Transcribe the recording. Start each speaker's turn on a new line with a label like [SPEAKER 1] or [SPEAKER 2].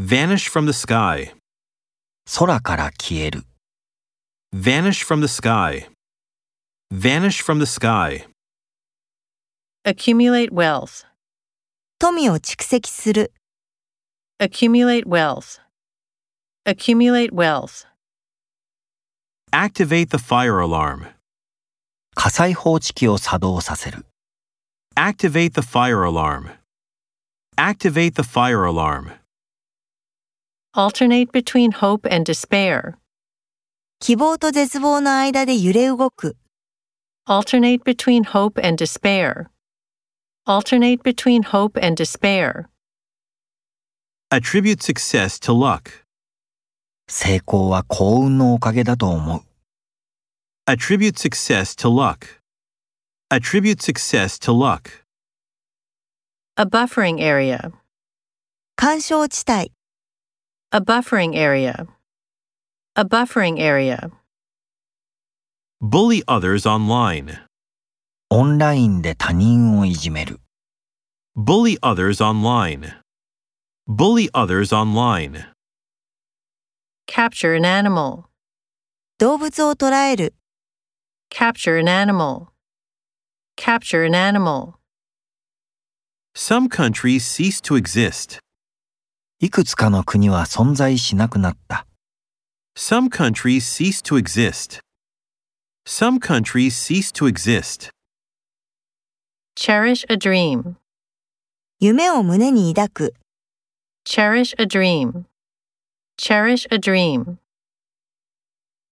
[SPEAKER 1] Vanish from the sky.
[SPEAKER 2] 空から消える、
[SPEAKER 1] Vanish from the sky. Vanish from the sky.
[SPEAKER 3] Accumulate wealth.
[SPEAKER 4] 富を蓄積する、
[SPEAKER 3] Accumulate wealth. Accumulate wealth.
[SPEAKER 1] Activate the fire alarm.
[SPEAKER 2] 火災報知器を作動させる、
[SPEAKER 1] Activate the fire alarm. Activate the fire alarm.
[SPEAKER 3] Alternate between hope and despair.
[SPEAKER 4] 希望と絶望の間で揺れ動く、
[SPEAKER 3] Alternate between hope and despair. Alternate between hope and despair.
[SPEAKER 1] Attribute success to luck.
[SPEAKER 2] 成功は幸運のおかげだと思う、
[SPEAKER 1] Attribute success to luck. Attribute success to luck.
[SPEAKER 3] A buffering area.
[SPEAKER 4] 干渉地帯、
[SPEAKER 3] A buffering area. A buffering area.
[SPEAKER 1] Bully others online.
[SPEAKER 2] オンラインで他人をいじめる、
[SPEAKER 1] Bully others online. Bully others online.
[SPEAKER 3] Capture an animal.
[SPEAKER 4] 動物を捉える、
[SPEAKER 3] Capture an animal. Capture an animal.
[SPEAKER 1] Some countries cease to exist.
[SPEAKER 2] いくつかの国は存在しなくなった、
[SPEAKER 1] Some countries cease to exist. Some countries cease to exist.
[SPEAKER 3] Cherish a dream.
[SPEAKER 4] 夢を胸に抱く。
[SPEAKER 3] Cherish a dream. Cherish a dream.